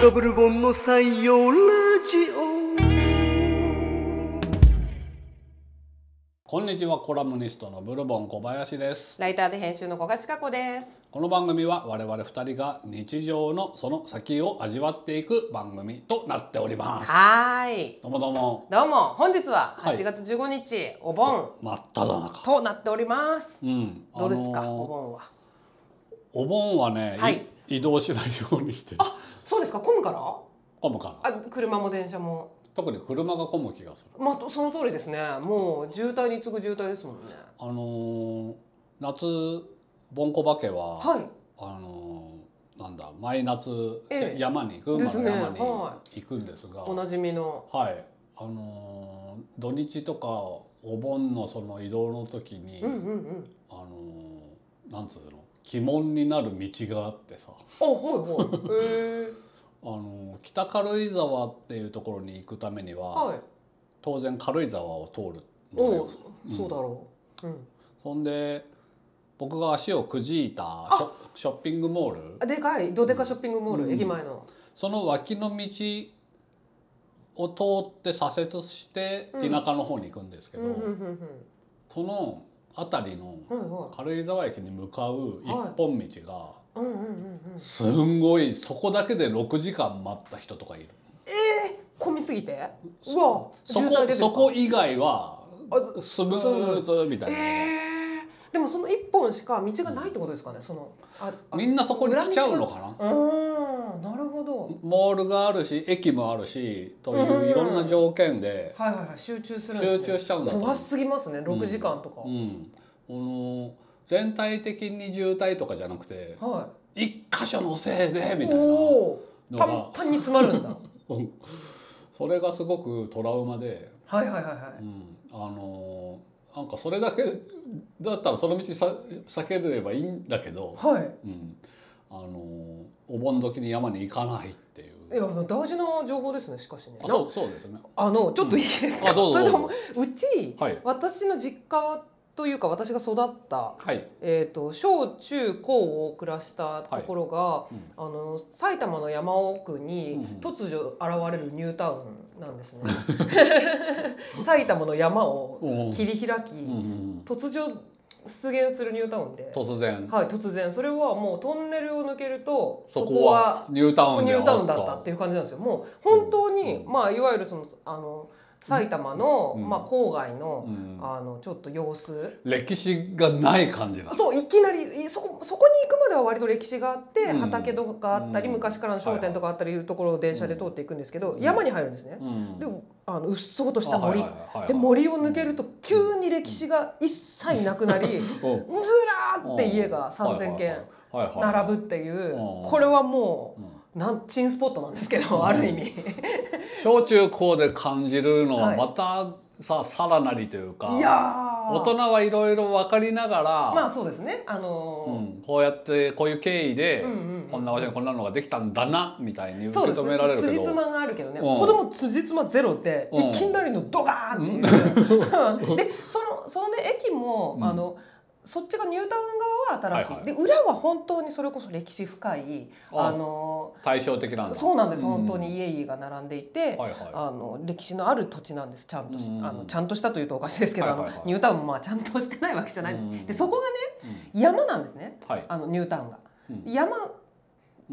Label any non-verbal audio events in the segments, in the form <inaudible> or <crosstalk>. ドブルボンの採用ラジこんにちはコラムニストのブルボン小林ですライターで編集の古賀千佳子です。この番組は我々二人が日常のその先を味わっていく番組となっておりますはーい。どうもどうもどうも、本日ははい8月15日、お盆真っ只中となっております。うんどうですか、あおの盆は。お盆はね、いはい移動しないようにしてるそうですか、混むから。混むからあ、車も電車も。特に車が混む気がするまあ、とその通りですね。もう渋滞に次ぐ渋滞ですもんね。あのー夏ボンコバケは、はい。あのーなんだ毎夏、ええ山に群馬の山にですねは行くんですがおなじみの。はい、あのー土日とかお盆のその移動の時に、うんうんうん。あのーなんつうの鬼門になる道があってさ、あ、はい <laughs> はい。へえ。あのー北軽井沢っていうところに行くためには、はい。当然軽井沢を通るのおよう、そうだろう。うん。そんで僕が足をくじいたショショッピングモールあ、でかい、ドデカショッピングモール、うん駅前の。その脇の道を通って左折して田うん舎の方に行くんですけうんど、うんうんその辺りのうん。はい軽井沢駅に向かう一本道が、はい。うんうんうんうん。すんごいそこだけで6時間待った人とかいる混みすぎて。うわ。そ渋滞こでですかそこ以外はあずスムーズみたいな、えー、でもその一本しか道がないってことですかねそのああみんなそこに来ちゃうのかなうんなるほどモールがあるし駅もあるしといううんいろんな条件で、はいはいはい集中するんです、ね、集中しちゃうんだと思う怖すぎますね6時間とか、うんあの全体的に渋滞とかじゃなくては一箇所のせいでいみたいなのおーパンがパンに詰まる <laughs> んだうんそれがすごくトラウマで。はいはいはいはうん、あのーなんかそれだけだったらその道さ避ければいいんだけど、いはいうんあのーお盆時に山に行かないってい。いうや大事な情報ですねしかしねあそうそうですね。あのちょっといいですうんか、あどうぞそれとどうもうち、はい私の実家というか私が育ったはい。えー、と小中高を暮らしたところが、あの埼玉の山奥うんにうん突如現れるニュータウンなん <laughs> ですね。 <laughs> 埼玉の山をうん切り開き、うんうん突如出現するニュータウンで、突然はい、突然それはもうトンネルを抜けるとそこはニュータそこウはンニでュあータウンだったっていう感じなんですよ。もう本当に、うんまあ、いわゆるそのあの埼玉の、うんまあ、郊外の,、うんあのちょっと様子。歴史がない感じだ。そういきなりいそこそこに行くまでは割と歴史があって、うん畑とかあったり、うん昔からの商店とかあったりいうところを電車で通っていくんですけど、うん山に入るんですね。うんであのうっそうとした森、あはいはいはいはいで森を抜けると急に歴史が一切なくなり、ずうんらーって家が3,000軒はいはいはいはいはい並ぶっていう、うんこれはもうんうなん珍スポットなんですけど、ある意味。小中高で感じるのははいまたさ、さらなりというか。いやー大人はいろいろ分かりながら、まあそうですね。あうのん、こうやってこういう経緯で、うんうんうんこんな場所にこんなのができたんだなみたいにー受そうけです止ねめられるけ辻ど、褄があるけどね、うん子供辻褄ゼロで、うんいきなりのドガーンっていう、 <laughs> でそのそのね駅も、うんあのそっちがニュータウン側は新しい、はいはで裏は本当にそれこそ歴史深いああの対照的なんだそうなんです、うん本当に家々が並んでいて、はいはあの歴史のある土地なんですちゃんとし、うんあのちゃんとしたというとおかしいですけど、はいはいはいあのニュータウンもまあちゃんとしてないわけじゃないです、うんでそこがね山なんですねいはいあのニュータウンが。うん山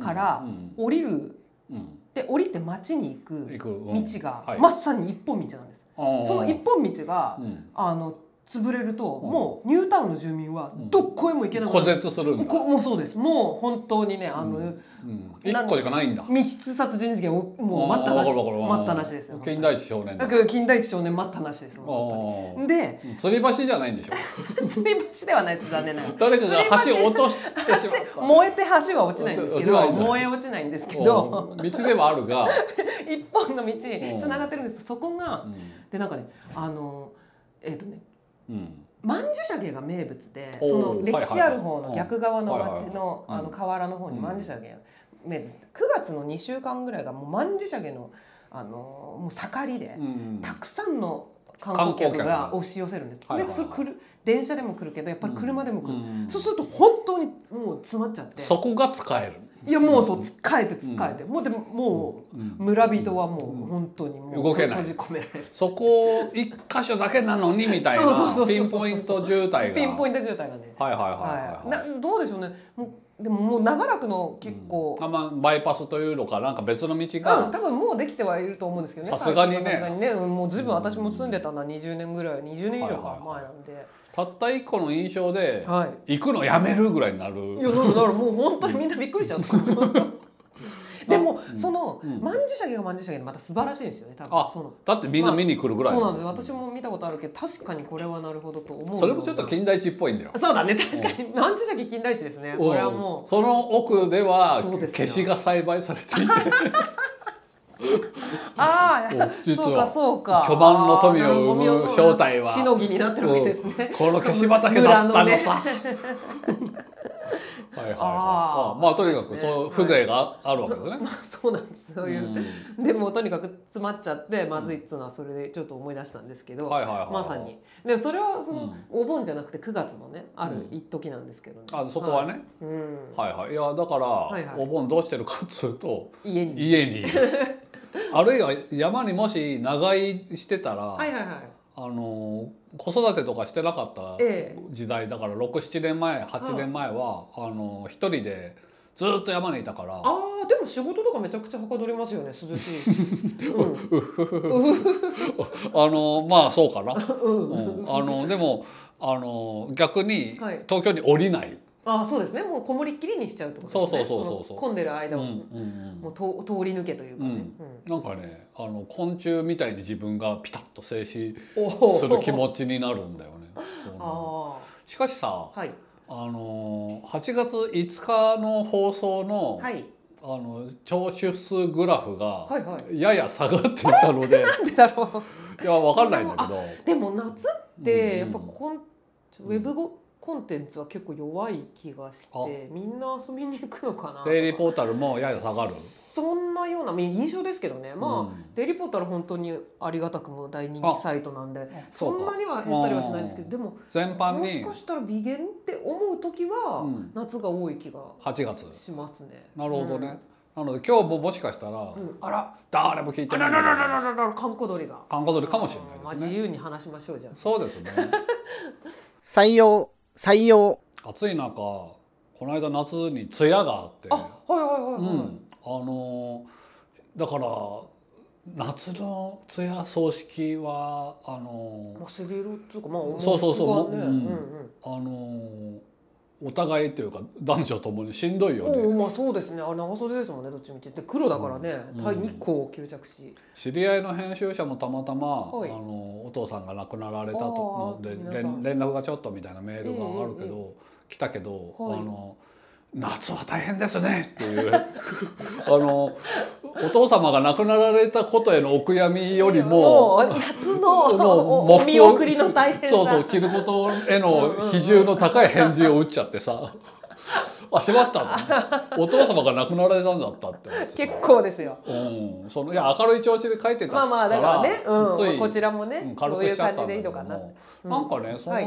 からうん降りるうんで降りて町に行く行くうん道が、はいまさに一本道なんです。うんその一本道が、うんあの潰れると、うんもうニュータウンの住民はうんどこへも行けなく孤なる、絶するんだ、こもうそうです。もう本当にねあの、うんうん、なん一個しかないんだ密室殺人事件をもう待ったなしあーわかるわかる待ったなしですよ。近代史少年だだから近代一少年待ったなしです。本当にであー吊り橋じゃないん <laughs> でしょ吊り橋ではないです残念ながら。誰かが吊り橋を落としてし <laughs> まっ燃えて橋は落ちないんです落ちけないどんだ燃え落ちないんですたけうどん道ではあるが、一本の道つながってるんですそこがうでなんかねあのえっ、とねんうんまんじゅしゃけが名物でおーその歴史ある方の逆側のはいはいはい町のうんあの河原の方にうんまんじゅしゃけが名物9月の2週間ぐらいがもうまんじゅしゃけのあのもう盛りでうんたくさんの観光客観光が客押し寄せるんです。はいはいでそれ来る電車でも来るけどやっぱり車でも来る。うんそうすると本当にもう詰まっちゃって。そこが使えるいやもうそうつっかえてつっかえて、もうでももううん村人はもう本当にもう動けない閉じ込められるそこを一箇所だけなのにみたいそうそうそうそなうピンポイント渋滞がピンポインイント渋滞がね、トはいはいはいはいはい、などうでしょうねもうでももう長らくの結構、あんまバイパスというのかなんか別の道うん、が多分もうできてはいると思うんですけどねさすがにね最近はさすがにねもうずいぶん私も住んでたのは20年ぐらい20年以上か前なんでたった一個の印象ではい、行くのやめるぐらいにないやるだからだからもう本当にみんなびっくりしちゃった <laughs> でも、その、うんまんじゅしゃげがまんじゅしゃげでまた素晴らしいんですよね多あ分そのだってみんな見に来るぐらい、そうなんです私も見たことあるけど確かにこれはなるほどと思うそれもちょっと近代地っぽいんだよそうだね確かにまんじゅしゃげ近代地ですねこれはもその奥ではそうです消よしが栽培されていてうああお実はそうかそうか巨万の富を生む正体はしのぎになってるわけですね、うんこの消し畑だったのさ。 <laughs> はいはいはい、ああーまあとにかそうくですねそう風情があるわけですね。 <laughs> まあそうなんですそういう、でもとにかく詰まっちゃってまずいっつうのはそれでちょっと思い出したんですけど、はいはいはいはいまさにでもそれはその、お盆じゃなくて9月のねある一時なんですけどね、あそこはね、い、うん、はいはい、いやだから、いはいお盆どうしてるかっつうと家に家 <laughs> にあるいは山にもし長居してたら、はいはいはいあの子育てとかしてなかったええ時代だから67年前8年前は、あの一人でずっと山にいたからあーでも仕事とかめちゃくちゃはかどりますよね <laughs> 涼しい、うんあのまあそうかな、うん、うんあのでもあの逆にはい東京に降りない、あーそうですねもうこもりっきりにしちゃうってことですそうそうねそうそうそうの混んでるう間んを、うんうもんうと通り抜けというかね、うんなんかねあの昆虫みたいに自分がピタッと静止うんおーする気持ちになるんだよ <laughs> ね。うんあしかしさあはいあの8月5日の放送の,、はいあの聴取数グラフがはいはやや下がっていたの <laughs> で、なんでだろういやわかんないんだけど。でも夏うっんうんてやっぱコン、ウェブごコンテンツは結構弱い気がしてみんな遊びに行くのかなデイリーポータルもやや下がる。そんなような印象ですけどねまあ、うんデイリーポータル本当にありがたくも大人気サイトなんでそそんうかなには減ったりはしないんですけどでも全般もにしかしたら微減って思う時はうん夏が多い気が8月。しますね。なるほどね。なので今日ももしかしたらうん、うんあら誰も聞いてあならいらららららら観光鳥が観光鳥かもしれまなあいです自ね。由に話しましょうじゃあそうです <laughs> ね。採用採用暑い中この間夏に艶があって、あはいはいはういはい、ん、あのーだから夏の艶葬式はあのまあ、セリ色っていうか、まあ、そうそうそう僕はねもううんんうん。ーあのーお互いというか男女ともにしんどいよおね。うまあそうですねあれ長袖ですもんねどっちみちで黒だからね、うん太日光を吸着し知り合いの編集者もたまたま、はいあのお父さんが亡くなられたとのあーで皆さ連ん連絡がちょっとみたいなメールがあるけど、ええ来たけど、はいあの夏は大変ですねっていう <laughs> あのお父様が亡くなられたことへのお悔やみよりも。う夏そのの喪お服を見送りの大変さそうそう着ることへの比重の高い返事を打っちゃってさ <laughs> あしまった <laughs> と思ってお父様が亡くなられたんだったって思って結構ですようん、そのいや明るい調子で書いてたからまあまあだからね、うん、ついこちらもね、うん軽そうくいしうちゃっ感たじんだでいいけのどかなも、うんなんかねその、はい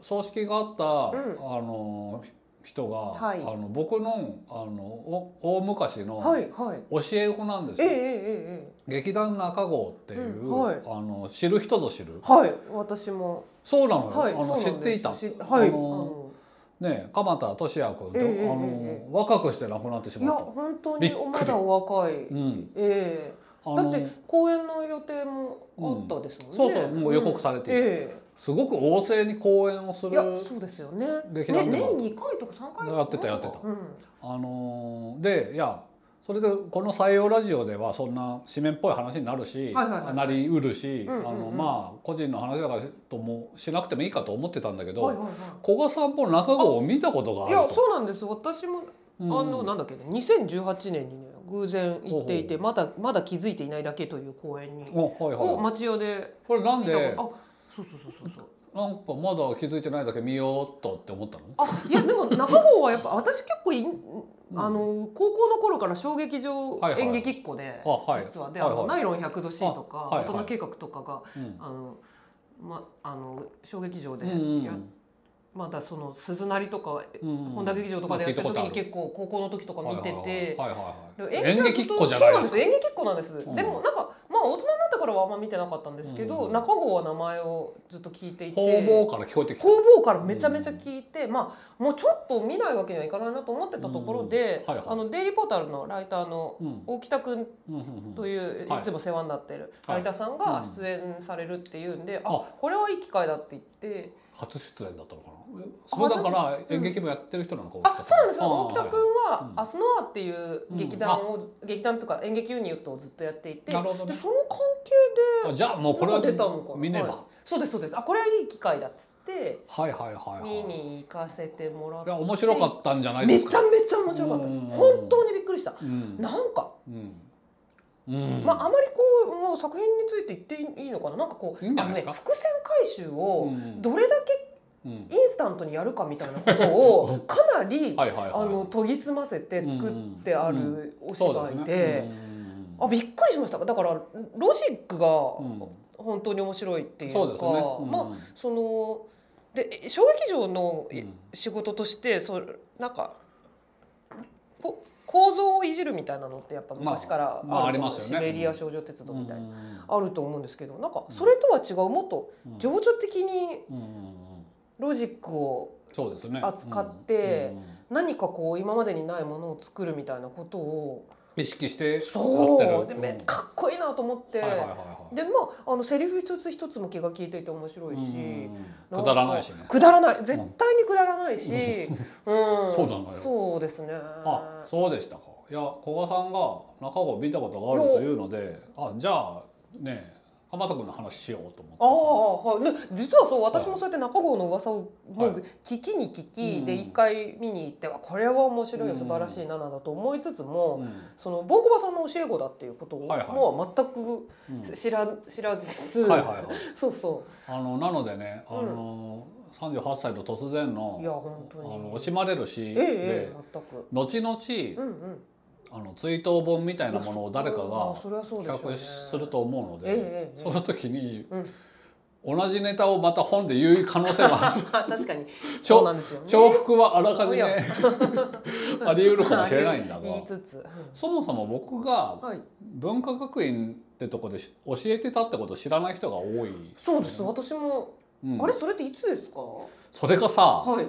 葬式があった、うんあの人が、はいあの僕のあのお大昔のは教いはいえ子なんですええよ、えええ劇団中郷っていう、うんはいあの知る人ぞ知るえはい私もそうなのよ、はいあのそう知なっんてでいた、すしはいあのね鎌田俊也君と、ええええあのえ若くして亡くなってしうんいまやっ本当びっにくりまだお若い、た。うんえあえのだって公演の予定もあったですもんね、そうそうもう予告されていて、ええすごく旺盛に公演をすいるやそうですよね。でねきたん年だ2回とか3回とかやってたやってたうん、あのーでいやそれでこの採用ラジオではそんな紙面っぽい話になるし、はいはいはいなりうるし、うんうんうんあのまあ個人の話だからともしなくてもいいかと思ってたんだけど、はいはいは古賀さんも中郷を見たことがあい。いやると。そうなんです。私もあうんのなんだっけね、2018年にね偶然行っていてほまだまだ気づいていないだけという公演におはいをはい、町屋でこれなん見でたなんかことあそうそうそうそうそう。まだ気づいてないだけ見ようっとって思ったのあいやでも中郷はやっぱ私結構いあの高校の頃から小劇場はいはい演劇っ子で、あはい実はで、はいはいあのナイロン 100°C とか、あはいはい大人計画とかがうんあのまあの小劇場でうやんうんっまだその鈴なりとかうん本田劇場とかでやってる時まあに聞いた結構高校の時とか見ててはいはいはいはいではいも演劇っ子じゃないですそうなんです演劇っ子なんです、うんでもなんかまあ大人になったからはあんま見てなかったんですけど、うん中郷は名前をずっと聞いていて方々から聞こえてきた工房からめちゃめちゃ聞いて、まあもうちょっと見ないわけにはいかないなと思ってたところで、うんはいはいあのデイリーポータルのライターのうんうん大北くうんんうんという、はいい、つも世話になってるライターさんはいがうん出演されるっていうんで、ああこれはいい機会だって言って初出演だったのかなえそうだから演劇もやってる人なのかあそうなんですよ大大北さ北んくんははい「アスノア」っていう劇団を、劇団とか演劇ユニットをずっとやっていてなるほどねでその関係あじゃあもうこれはなんか出たのかな見ねば、はそうですそうですあこれはいい機会だっつってはい、はいはいはい見に行かせてもらっいてや面白かったんじゃないでめすちゃかめちゃ面白かったですうん本当にびっくりしたうんなんか、うんうんまああまりこうもう作品について言っていいのかななんかこういいんじゃあなのいでねすか伏線回収うをんどれだけうんインスタントにやるかみたいなことを <laughs> かなり、はいはいはいあの研ぎ澄ませて作ってあるお芝居で。ああびっくりしましただからロジックが本当に面白いっていうか、そうですねうんまあそので小劇場のうん仕事として、そうなんかこ構造をいじるみたいなのってやっぱ昔からまあまああると思あうりますシよねベリア少女鉄道みたいな、なあると思うんですけどなんかそれとは違うもっと情緒的にロジックをそうですね扱ってうんうん何かこう今までにないものを作るみたいなことを意識してやそうってでるめうんかっこいいなと思って。はいはいはいはいでまああのセリフ一つ一つも気が利いていて面白いし、うんくだらないしねくだらない絶対にくだらな <laughs> いし、うん、そうなのよそうですねあそうでしたかいや古賀さんが中郷見たことがあるというのであじゃあね鎌田君の話しようとあ思ってあはいね実はそう私もそうやって中郷の噂をもはいう聞きに聞き、うんで一回見に行ってはこれは面白いよ素晴らしいななだと思いつつも、そのボンコバさんの教え子だっていうことをはいはいもううん全く知ら知らず、うんはいはいはいそうそあのなのでね、あの38歳と突然のういや本あ当にの惜しまれるし、ええええで全く後々、うんうんあの追悼本みたいなものを誰かあがそれはそうでしょう企ね画すると思うので、ええええその時に、うん同じネタをまた本で言う可能性もあるあ <laughs> 確かにちょそうなんですよね重複はあらかじめいや <laughs> あり得るかもしれないんだが言いつつ、そもそも僕がはい文化学院ってとこでし教えてたってことを知らない人が多い、そうです私も、うんあれそれっていつですかそれがさ、はい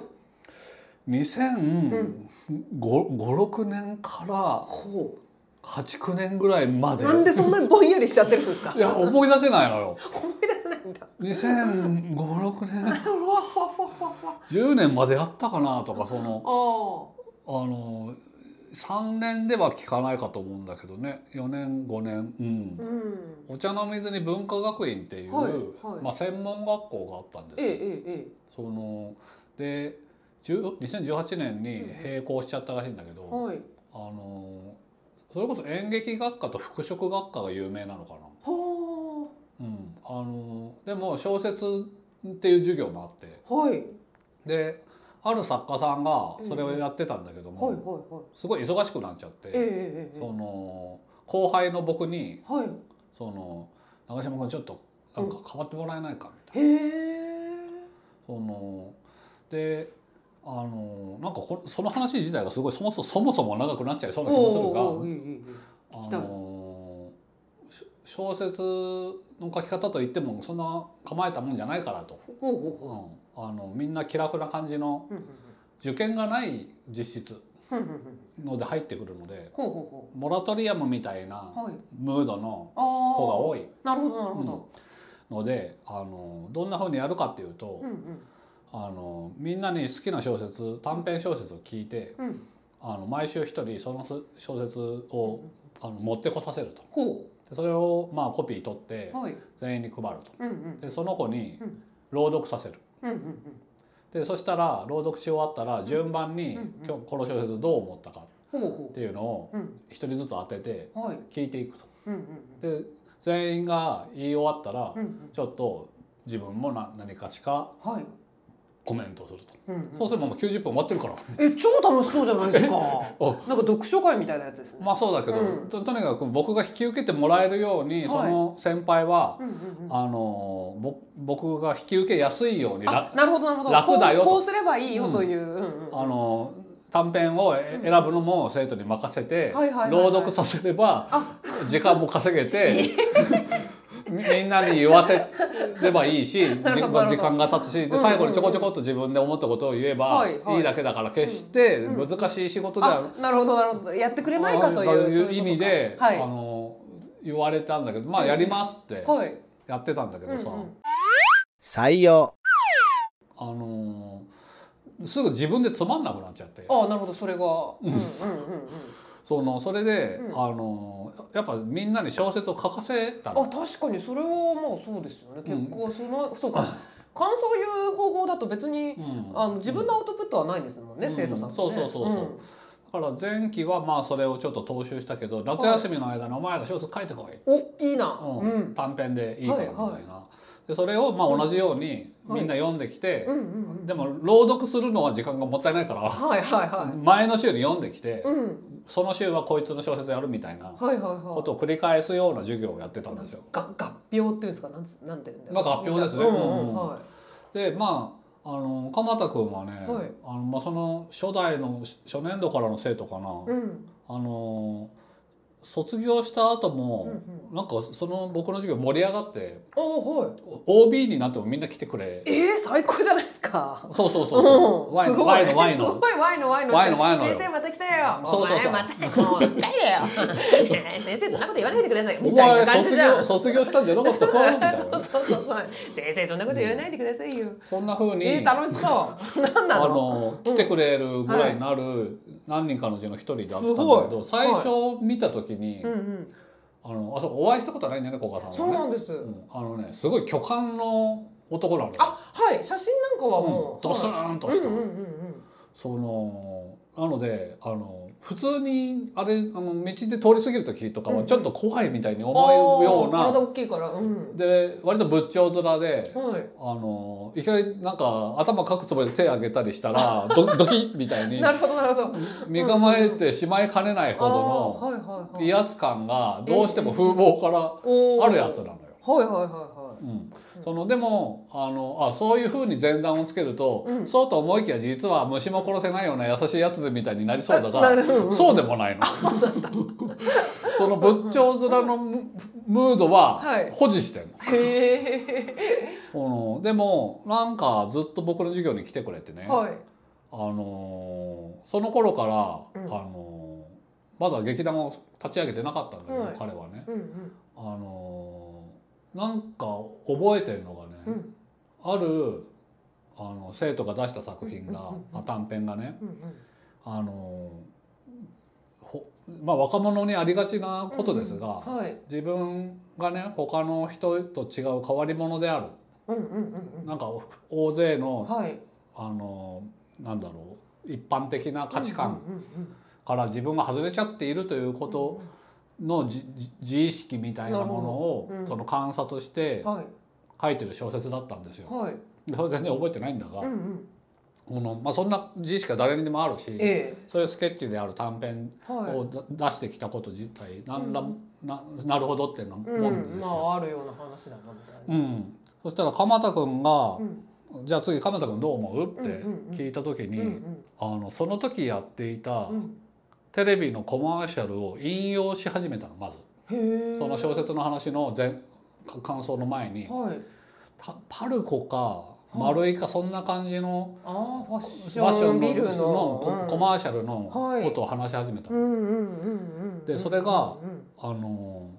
200556年からほ89年ぐらいまうでなんでそんなにぼんやりしちゃってるんですか <laughs> いや思い出せないのよ思い出せないんだ2056年ふわふわふわふわふわ10年までやったかなとかそのああの3年では聞かないかと思うんだけどね4年5年うんあうんお茶の水に文化学院っていう、はいはいまあ、専門学校があったんですえよええええそので10 2018年に並行しちゃったらしいんだけど、えはいあのそれこそ演劇学科と服飾学科が有名なのかはな、うん、あのでも小説っていう授業もあってあはいである作家さんがうんそれをやってたんだけども、はいはいはいすごい忙しくなっちゃって、えええええそえの後輩の僕にはい「その長嶋君ちょっとなんか変わってもらえないか」みたいな。へえそのであのなんかこその話自体がすごいそもそもそもそも長くなっちゃいそうな気もするが。おうおうおういいいいいい聞きあたいのし小説の書き方といってもそんな構えたもんじゃないからと、ほうほううほん、あのみんな気楽な感じのううん受験がない実質うんうんうんうんので入ってくるのでほうほモラトリアムみたいなうほうはいムードのああ子が多いなるほどなるほどのであのどんな風にやるかっていうとうんうんあのみんなに好きな小説短編小説を聞いてうんあの毎週一人その小説をあの持ってこさせるとほでそれをまあコピー取ってうはい全員に配ると。うんうんでその子にうん朗読させるうんうんうんでそしたら朗読し終わったら順番にうん今日この小説どう思ったかほうほっていうのをううん一人ずつ当ててはい聞いていくと。うんうんで全員が言い終わったらうんうんちょっと自分もな何かしかはいコメントをすると、うんうんそうすればもう90分終わってるからえ超楽しそうじゃないですか <laughs> おなんか読書会みたいなやつですね、まあそうだけど、うんととにかく僕が引き受けてもらえるように、いその先輩は、うんうんうん、あのぼ僕が引き受けやすいようにあらなるほどなるほど楽だよこうとこうすればいいよという、うんうんうんあの短編をえ選ぶのも生徒に任せて、はいはいはいはい朗読させればあ時間も稼げてみみんなに言わせればいいし <laughs> なじるほど時間が経つしで最後にちょこちょこっと自分で思ったことを言えばはいはいいいだけだから決してうんうん難しい仕事ではあなるほどなるほどやってくれないかというそういうことか意味で、はいあの言われたんだけどまあやりますってはいやってたんだけどさ、うんうん採用あのーすぐ自分でつまんなくなっちゃってあなるほどそれがうんうんうんうんそのそれで、うんあのーやっぱみんなに小説を書かせたのあ確かにそれはまあそうですよね結構その、そうか感想を言う方法だと別にうんあの自分のアウトプットはないですもんね、うん生徒さんもねそうそうそうそうだから前期はまあそれをちょっと踏襲したけど夏休みの間にお前ら小説書いてこい、うんおいいなうんうん短編でいいからみたいな、はいでそれをまあ同じようにみんな読んできて、うんうんでも朗読するのは時間がもったいないからはいはいはい前の週に読んできて、うんその週はこいつの小説やるみたいなはいはいこはとを繰り返すような授業をやってたんですよ。いが合票っていうんですかなんつなんて言うんだろうまあ合票ですねうんうんうんはでまああの鎌田君はね、はいあのまあ、その初代の初年度からの生徒かな、いうんあの卒業した後うんうも、んなんかその僕の授業盛り上がってあはい OB になってもみんな来てくれえー、最高じゃないですか。そうそうそうそう、うん、ワイすのごいワイのワイすのごいワイのワイのワイのワイのよ先生また来たよそうそうそうお前またもう帰れよ <laughs> 先生そんなこと言わないでくださいよおみたい前な感じ卒じゃん業卒業したんじゃなかったかみたいなそうそうそうそう先生そんなこと言わないでくださいよ、そんな風に、えー、楽しそうなんなあのの来てくれるぐらいになる何人かのうちの一人だったんだけすごどい最初見た時に、うんうんあのあそこお会いしたことないんだよね古賀さんはねそうなんです、うんあのねすごい巨漢の男なのよあはい写真なんかはもうんドう、スはーンとい、しうんた、うんうんそのなのであの普通にあれあの道で通り過ぎる時とかうはんちょっと怖いみたいにうん思うようあー体な、大きいからうんで割と仏頂面で。はいあのいきなりなんか頭かくつぼで手あげたりしたらドドキッみたいになるほどなるほど身構えてしまいかねないあほあどはいはいはのい威圧感がどうしても風貌かおーらあるやつなのよ。はいはいはいはいうん、そのでもあのあそういうふうに前段をつけると、うんそうと思いきや実は虫も殺せないような優しいやつみたいになりそうだが、あなるほどそうでもないの。 <laughs> その仏頂面のムムードははい保持してんの。へこのでもなんかずっと僕の授業に来てくれてね、え。はい。あのーその頃から、うんあのーまだ劇団を立ち上げてなかったんだけど、はい彼はね、うんうんあのーなんか覚えてるのがね、うんあるあの生徒が出した作品が、うんうんうんあ短編がね、うんうん。あのーほまあ、若者にありがちなことですが、はい。自分がね他の人と違う変わり者であるうんうんうんなんか大勢うん。の、はい。あのーなんだろう一般的な価値観うんうんから自分が外れちゃっているということのじじ自意識みたいなものを、なるほどうんその観察しうてん。はい。書いてる小説だったんですよ。はい。それ全然覚えてないんだが、うんうん。このまあ、そんな字しか誰にでもあるし、えそういうスケッチである短編え。はい。をだ、出してきたこと自体なんら、ななるほどってなもんですうん。まよ。ああるような話だなみたういんな。そしたら鎌田君がうん。 「じゃあ次鎌田君どう思う?」ってうんうんうん聞いた時うに、んうんあのその時やっていたうん。テレビのコマーシャルを引用し始めたのまずへえ。その小。説の話の前か感想の前にはい。パパルコかい丸いかそんな感じのああファッシファッショョンンビルののそのコ,、うんマーシャルのはいことを話し始めた、うんうんうんうん。でそれがうんあのー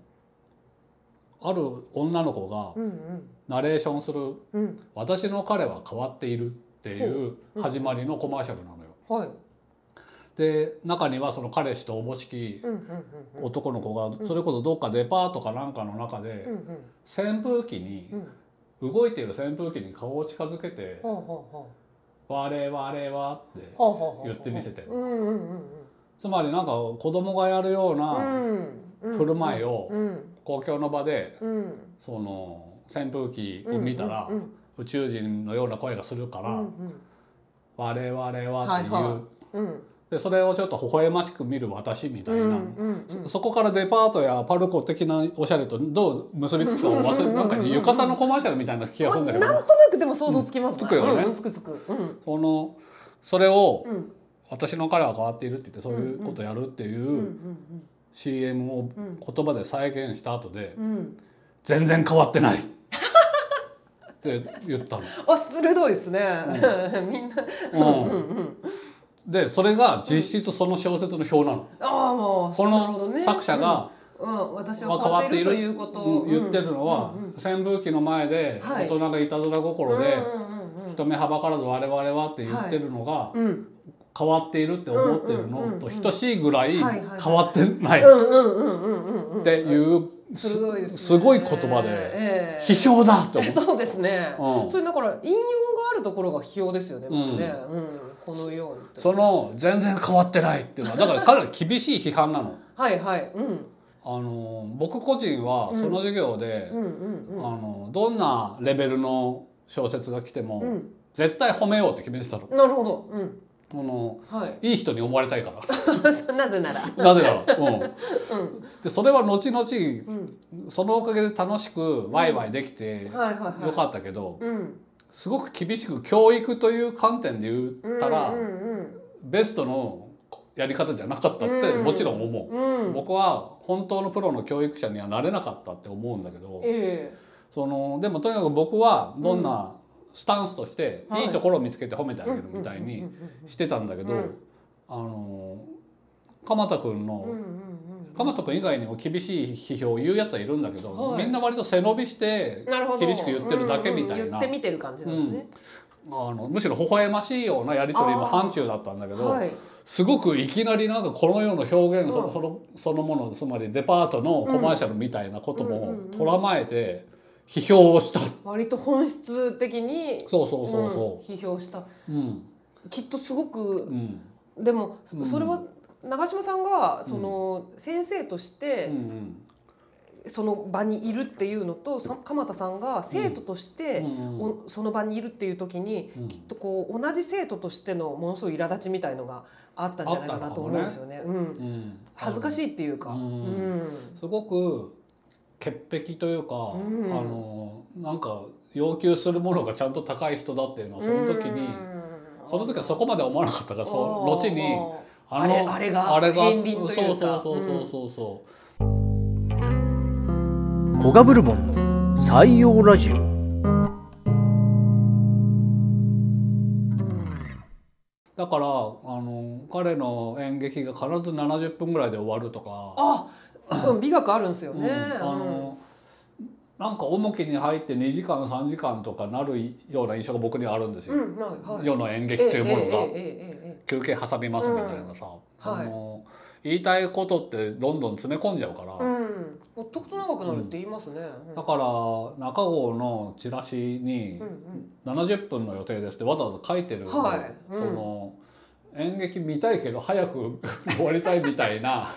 ある女の子がうんうんナレーションするうんうん。 「私の彼は変わっている」っていうほう始まりのコマーシャルなのよ。はい。で中にはその彼氏とおぼしきうんうんうんうん。男の子がそれこそどっかデパートかなんかの中うでんうん扇風機にうん。は動いている扇風機に顔を近づけてあはあは「我々は」ってあ。はあはあはあ。言ってみせてうんうんうんうん。つまりなんか子供がやるような振振る舞いをうん公共の場でうんその扇風機を見たらうんうん宇宙人のような声がするから「うん我々は」っていう、はうんでそれをちょっと微笑ましく見る私みたういな、んうんうんそこからデパートやパルコ的なおしゃれとどう結びつくかを忘れなんかね浴衣のコマーシャルみたいな気がするんだけなどんとなくでも想像つきますつね。くよねうんうんつくつく。うんこのそれをうん「私の彼は変わっている」って言ってそういうことやるっていうんうう CM をん言葉で再現した後でうんうん。 「全然変わって <laughs> ない」って言ったの。あ鋭いですね。みんな。うんうんうん。でそれが実質その小説の表なの。ああもう。こなるほどのね作者がうん私まはあ変変わわっってていいるるということをうん言ってるのはうんうん扇風機の前ではい大人がいたずら心でうんうんうんうん人目はばからず我々はって言ってるのがうんうん変わっているって思ってるのと等しいぐらいはいはい変わってないっうんうんうんうんうん。ていうす鋭いですね。すごい言葉でええ批評だって思う。 <laughs> そうですね。うんそれだから引用があるところが批評ですよね。うんもうね、うん、このようにと。その全然変わってないっていうのは <laughs> だからかなり厳しい批判なの。はいはい、うん、あの僕個人はその授業で、うんあうんうん。のどんなレベルの小説が来ても、うん、絶対褒めようって決めてたの。なるほど、うん、このはい。いい人に思われたいから。なぜなら、 <laughs> なぜなら。うん。うん、でそれは後う々ん、そのおかげで楽しくワイワイできてはいはいはい。よかったけど、うん、すごく厳しく教育という観点で言ったら、うんうんベストのやり方じゃなかったってうんもちろん思う。うん、うん、僕は本当のプロの教育者にはなれなかったって思うんだけどえそのでもとにかく僕はどんなスタンスとしてはいいいところを見つけて褒めてえあげるみたいにうんしてたんだけど、うんあの鎌田君の、うんうんうん、鎌田君以外にも厳しい批評を言うやつはいるんだけど、はいみんな割と背伸びしてなるほど厳しく言ってるだけみたいうんうん言な、ってみてる感じなんですね。あのむしろ微笑ましいようなやり取りの範疇だったんだけど、はい、すごくいきなりなんかこの世の表現その,、うんそのそのものつまりデパートのコマーシャルみたいなことうんうもんうんとらまえて批評をした、割と本質的にそうそうそうそうん批評した。う。うんきっとすごくうんでも、そうんそれは長嶋さんがその先生としうてんその場にいるっていうのとさ鎌田さんが生徒としてうんおその場にいるっていう時にうんきっとこう同じ生徒としてのものすごい苛立ちみたいのがあったんじゃないかなと思うんですよね。うんうん恥ずかしいっていうか、うんうんすごく潔癖というか、うんあのなんか要求するものがちゃんと高い人だっていうのはその時に、うんその時はそこまで思わなかったからその後にあーのあれあれがあれが片鱗というかそうそうそうそうそコガブルボンの採用ラジオうだからあの彼の演劇が必ず70分ぐらいで終わるとか、あうん美学あるんですようんね。あのなんか重きに入って2時間3時間とかなるような印象が僕にはあるんですうよ、ん、はいはい世の演劇というものが。ええええええええ休憩挟みますみたいなさ、うんあの言いたいことってどんどん詰め込んじゃうから、うん、ほっとくと長くなるって言いますね。うんだから中郷のチラシにうんうん70分の予定ですってわざわざ書いてる、はいうんその演劇見たいけど早く終わりたいみたい <laughs> な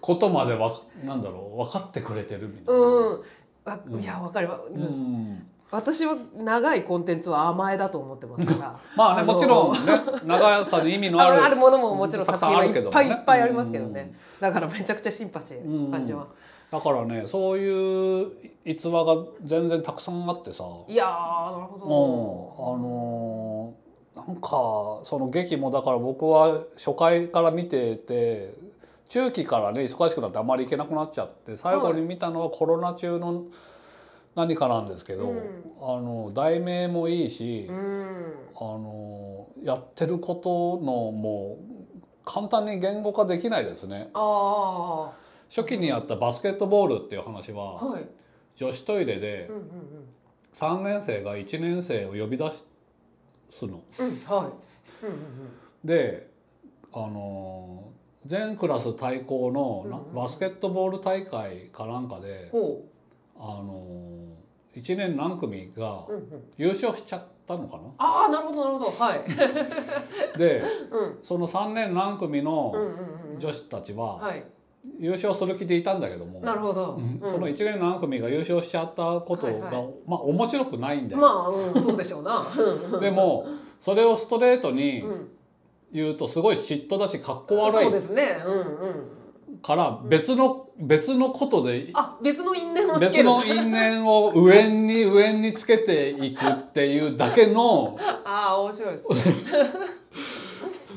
ことまでわなんだろう分かってくれてるみたいな。うん、あうんいやわかるわ、うん私は長いコンテンツは甘えだと思ってますから。 <laughs> まあね、あのもちろんね長さに意味のある <laughs> あるものももちろんたく作さんあ品はいるけっどぱねいいっぱいありますけどね。うんだからめちゃくちゃシンパシー感じます。だからねそういう逸話が全然たくさんあってさもいやーなるうあほのーなんかその劇もだから僕は初回から見てて中期からね忙しくなってあまり行けなくなっちゃって最後に見たのはコロナ中の何かなんですけど、うんあの題名もいいし、ど。うん。あのーやってることのもう簡単に言語化できないですね。ああ初期にやったバスケットボールっていう話は、はい。女子トイレでうんうんうん。 3年生が1年生を呼び出すの。うんはい。うんうんうん。で、あのー全クラス対抗のなうんうんバスケットボール大会かなんかで、ほあの1年何組がう。うんうん。優勝しちゃったのかああなるほどなるほど <laughs> はい。なでうんその3年何組うんのうんうん。女子たちははい。優勝する気でいたんだけどもなるほど、うんうんその一連の何組が優勝しちゃったことが、はいはいまあ面白くないんだよ、まあ、うん、そうでし <laughs> ょうなでもそれをストレートにうん言うとすごい嫉妬だしかっこ悪そうでいすねうんうんから別の、別のことであ別の因縁をつけ別るの因縁を上に <laughs> 上につけていくっていうだけのああ面白いですね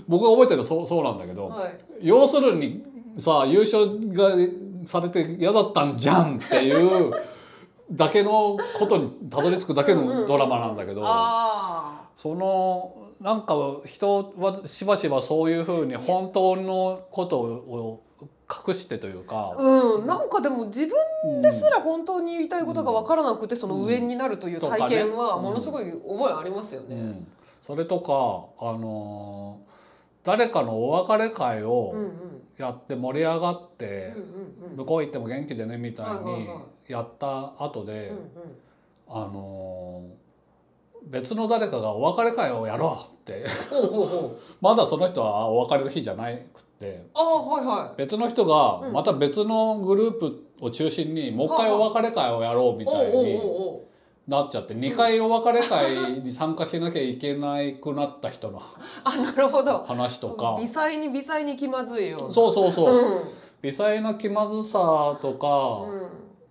僕が覚えてるのはそうそうなんだけど、はい要するにさ優勝がされて嫌だったんじゃんっていうだけのことにたどり着くだけのドラマなんだけど。あそのなんか人はしばしばそういうふうに本当のことを隠してというあか、うんなんかでも自分うんですら本当に言いたいことが分からなくてその上になるという体験はうんものすごい覚えありますようね。んそれとか、あのー誰かのお別れ会うんうをんやって盛り上がっうんてう、んうん向こう行っても元気でねみたいはいはいにはやった後で、うんあのー別の誰かがお別れ会をやろうって <laughs> ほうほうほうまだその人はお別れの日じゃなくって。ああはいは別の人がまた別のグループを中心にもう一回お別れ会をやろうみいおうたいおうにおうおうなっちゃって2回お別れ会に参加しなきゃいけなくなった人の <laughs> あなるほど話とか微細に微細に気まずいようそうそううそうん微細な気まずさとか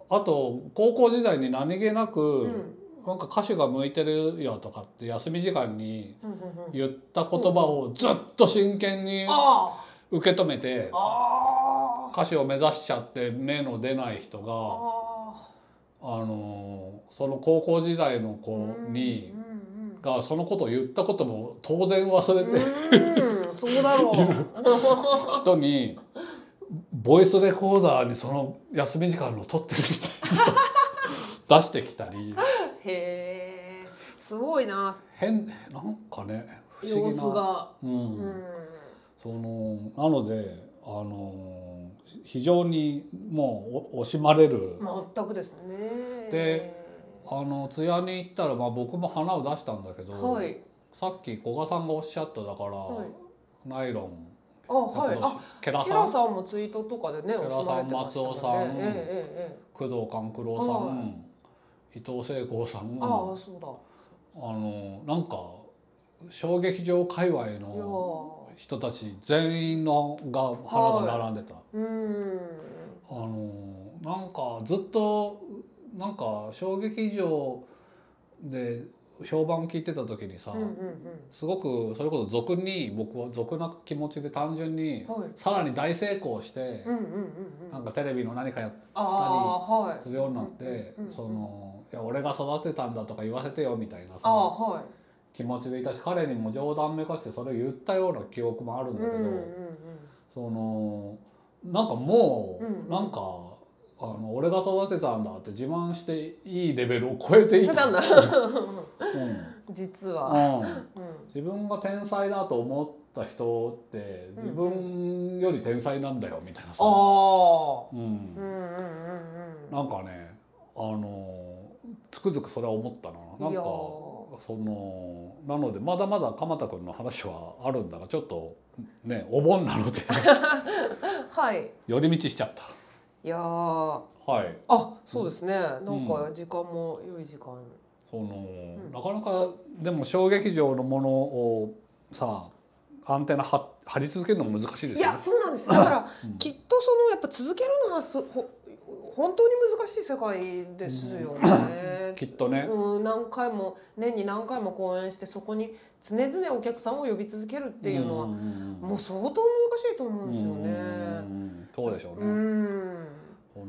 うあと高校時代に何気なんうんくなんか歌手が向いてるよとかって休み時間にうんうんうん言った言葉をずっと真剣にあ受け止めてあああ歌手を目指しちゃって目の出ない人が。ああのーその高校時代のあ子に、うんうんうんがそのことを言ったことも当然忘れて、うんそうだろう。人にボイスレコーダーにその休み時間の撮ってるみたいにさ <laughs> 出してきたりへえ、すごいな変なんかね不思様議子な。が。ううんん。そのなので、あのー非常にもうお惜しまれる。全くですね。で、あの通夜に行ったら、まあ、僕も花を出したんだけど、はいさっき古賀さんがおっしゃっただから、はい。ナイロンあはい。あケラケさラんさんもツイートとかでね、ラさんおっしゃられてましたも松尾さんんね。ええええええ。工藤官九郎さん、は伊藤聖光さんああ、そうだ。あのなんか小劇場界隈いやのー。人たち全員のが花が並んでた、うん。あのなんかずっとなんか小劇場で評判聞いてた時にさ、うんうんすごくそれこそ俗に僕は俗な気持ちで単純にうん。はい。さらに大成功してう、んうんうんうなんん。かテレビの何かやっああはい。するようになって、うんうんうんそのいや俺が育てたんだとか言わせてよみたいなああさはい。気持ちでいたし彼にも冗談めかしてそれを言ったような記憶もあるんうだんけうど、んうん。そのなんかもう、うんうんなんかあの俺が育てたんだって自慢していいレベルを超えていたた、だうんな。 <laughs> 実は。うんうん。自分が天才だと思った人ってうん自分より天才なんだよみたいなさ、ああ。うんうんうんうんうん。なんかねあのつくづくそれは思ったななんいやかーそのなのでまだまだ鎌田君の話はあるんだがちょっとねお盆なので <laughs> はい。寄り道しちゃったいやーはいあそうですね、なんうか時間も良い時間、その、んなかなかでも小劇場のものをさアンテナ張張り続けるのも難しいでいすよやねそうなんですだから、うんきっとそのやっぱ続けるのはそほ本当に難しい世界ですよね。きっとね、 <laughs> うん、何回も年に何回も公演してそこに常々お客さんを呼び続けるっていうのは、んんもう相当難しいと思うんですようね。んそうでしょううね、ん、こ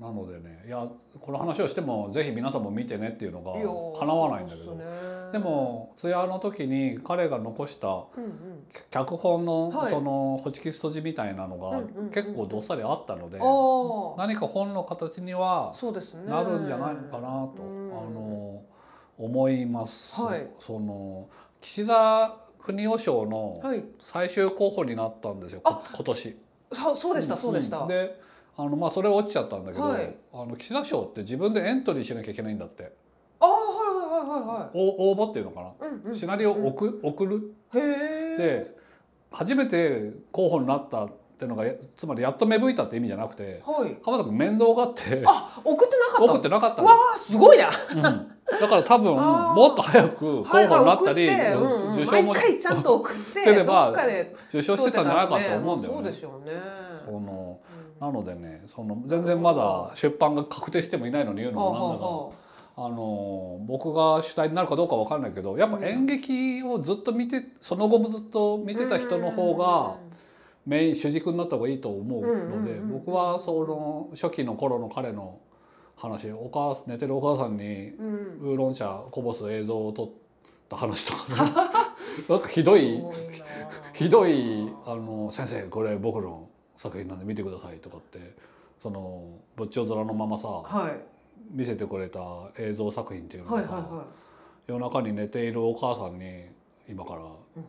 のなのでねいやこの話をしてもぜひ皆さんも見てねっていうのがいやー叶わないんだけどそうで,、すねもツヤの時に彼が残したうんうん、脚本の、はいそのホチキスとじみたいなのうんうんうんうんが結構どっさりあったので、ああ何か本の形にはそうですね。なるんじゃないかなと、うんあの思います。はいその岸田邦夫賞のはい、最終候補になったんですよ、こ今年。さそうでした、そうでした。んであのまあそれは落ちちゃったんだけど、はいあの岸田賞って自分でエントリーしなきゃいけないんだってああはいはいはいはお応募っていうのかいはい。うんうな、ん。シナリオを送送るへえ。って初めて候補になったっっていうのがやつまりやっと芽吹いたって意味じゃなくてはい。鎌田君面倒がってあ、送ってなかった。送ってなかったうのわあ、すごいな。うんだから多分あーもっと早く候補はいにはいなったり、送ってうんうん受賞毎も回ちゃん <laughs> と送って、出ればどっかで受賞してたんじゃないかと思うんだよ撮ってたんですねまあそうね。でしょうね。そのうんなのでねその全然まだ出版が確定してもいないのに言うのはあもなんだが、はあの僕が主体になるかどうかわかんないけどやっぱ演劇をずっと見てその後もずっと見てた人の方がメイン主軸になった方がいいと思うのでうんうんうんうん僕はその初期の頃の彼の話お母寝てるお母さんにうん、うんウーロン茶こぼす映像を撮った話とか <laughs> ねなんかひどい <laughs> すひどい「あの先生これ僕の作品なんで見てください」とかってその仏頂面のままごいなさはい見せてくれた映像作品っていうのはいはいがは夜中に寝ているお母さんに今からおうん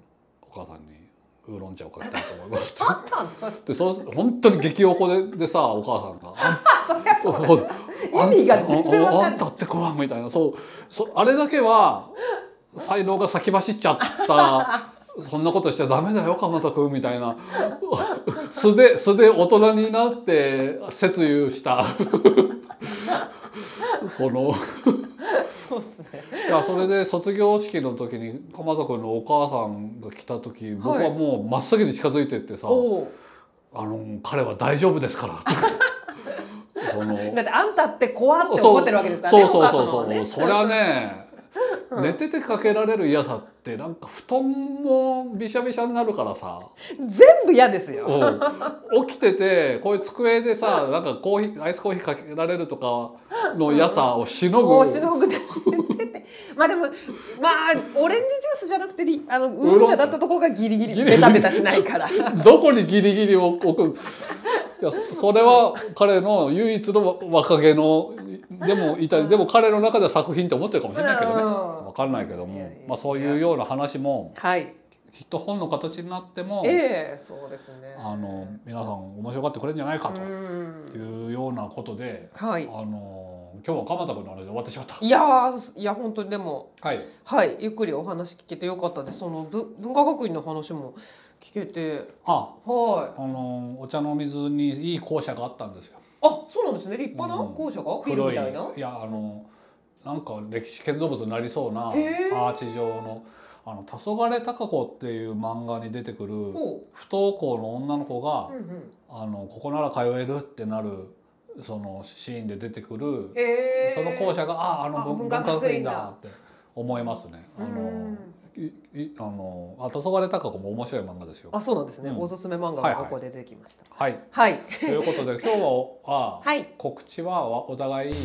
母さんにウーロン茶を買ってと思いますい。あったんだ。でそう本当に激おこででさお母さんがあ、 <laughs> そりゃそうだ。意味が全然わかんなあいんたって子はみたいなそうそあれだけは才能が先走っちゃったそんなことしちゃダメだよ鎌田君みたいな素で素で大人になって節誘したそのそうですね。いやそれで卒業式の時に鎌田君のお母さんが来た時僕はもう真っ先に近づいてってさ「おおあの彼は大丈夫ですから」とかそのー。だってあんたって怖って怒ってるわけですからね。そうそうそうそう、お母様はねそりゃ <laughs> ね、うん寝ててかけられる嫌さってなんか布団もびしゃびしゃになるからさ全部嫌ですよ。うん起きててこういう机でさなんかコーヒーアイスコーヒーかけられるとかの嫌さをしのぐもうしのぐで寝ててまあでもまあオレンジジュースじゃなくてりあのウーロン茶だったところがギリギリギリギリベタベタしないからどこにギリギリを置くいやそそれは彼の唯一の若気のでもいたりでも彼の中では作品って思ってるかもしれないけどねうん分かんないけどいやいもやいや、まあ、そういうような話もはいきっと本の形になっても。ええそうですねあの皆さん面白がってくれるんじゃないかうとんいうようなことで、はいあの今日は鎌田君の話で終わってしまっいやーいや本当にでもた。はい。はいゆっくりお話聞けてよかったですそのぶ文化学院の話も聞けてあ、はいあのお茶の水にいい校舎があったんですよ。あそうなんですね立派なうん校舎がフィルみたいなやあのなんか歴史建造物になりそうなアへーーチ状のあの黄昏高子っていう漫画に出てくるほ不登校の女の子が、う、うんうん、あのここなら通えるってなるそのシーンで出てくるええその校舎がああのあ文文文化化学学院院だだって思いますね。あうんのいいあのあ黄昏高子も面白い漫画ですよ。あそうなんですね、うんおすすめ漫画はいがはいここで出てきましたはい。 <laughs> はいということで今日はあ、はい告知はわお互い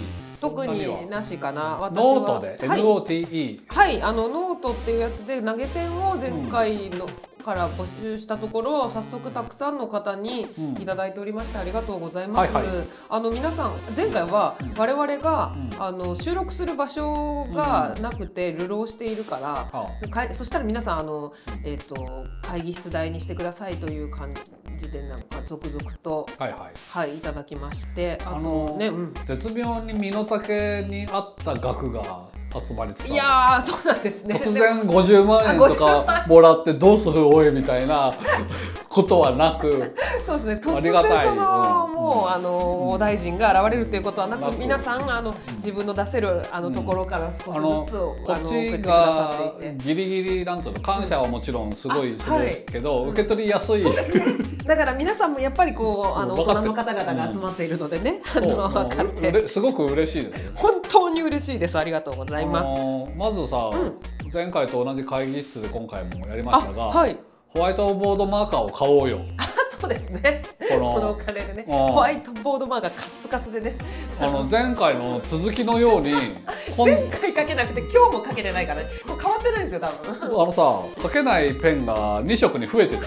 特何はになしかな私はノートで、はい、 NOTE はい、あのノートっていうやつで投げ銭を前回の、から募集したところ早速たくさんの方にうんいただいておりましてありがとうございます、はいはいあの皆さん前回はうん我々が、うんあの収録する場所がなくて流浪しているから、あかいそしたら皆さんあの、えー、と会議室代にしてくださいという感じでなんか続々と、はいはい。はい、いただきましてああとのね、うん、絶妙に身の丈に合った額が集まりつつあるいやーそうなんですね突然50万円とかもらってどうするおいみたいなことはなく。そうですね。あ突り然がたいその、うんもうあの、大臣が現れるということはななく、く皆さんあの自分の出せるあのところから少しずつあのを、こあのっ送ってちくださがっていて。ギリギリなんつうの感謝はもちろんすごいあすごいけど、受け取りやすいだから皆さんもやっぱりこうあのうん大人の方々が集まっているのでね、あそうの分かっもううてれ <laughs> すごく嬉しいですよ。本当に嬉しいです。ありがとうございあます。のまずさ、前回と同じ会議室で今回もやりまあ、したが、はい。ホワイトボードマーカーを買お <laughs> うよあ、そうですね。ここのおの金でね、うんホワイトボードマーがカッスカスでね、あの前回の続きの <laughs> ようにこん前回かけなくて今日もかけてないからね、もう変わってないんですよ多分。あのさ書けないペンが2色に増えてた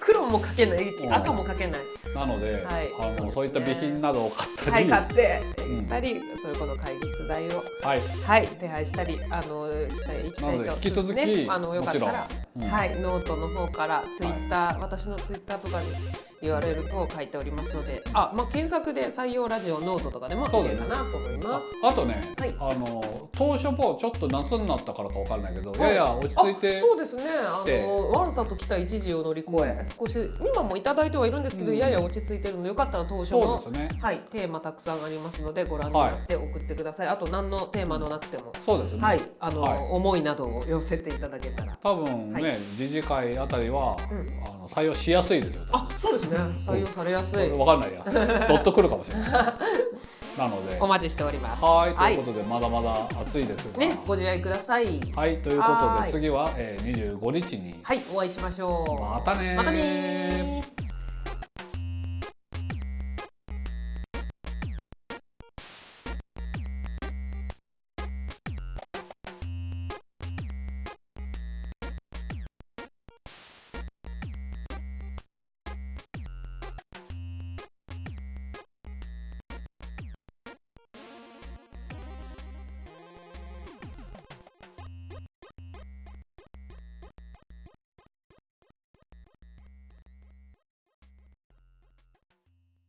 黒もかけない、ん赤もかけない。なので、はいあのそういった備品などを買ったり、はい、買ってうん行ったり、それこそ会議室代を、はいはい、手配したり、あの、していきたないのでと。引き続きね、あの、よかったもら、ちろんうんはい、ノートの方から、ツイッター、私のツイッターとかに。URL 等を書いておりますので、あ、まあ、検索で採用ラジオノートとかでもそう見だれねるかなと思います。ああとね、はいあの当初もちょっと夏になったからかわかんないけど、やや落ち着いあてそうですねあでのワンサと来た一時を乗り越え少しずつ今もいただいてはいるんですけど、うんやや落ち着いてるのでよかったら当初そうの、ですねはい、テーマたくさんありますのでご覧になって送ってください、あと何のテーマのなくても、そうですね、はいあのはい思いなどを寄せていただけたら多分ね、はい自治会あたりは、うんあの採用しやすいですよ多分あそうですね採用されやすいわかんないやドッとくるかもしれ <laughs> ないなのでお待ちしておりますはいということで、まだまだ暑いですが、ねご自愛くださいはいということはーいで次は、えー、25日に、はいお会いしましょうまたねーまたねー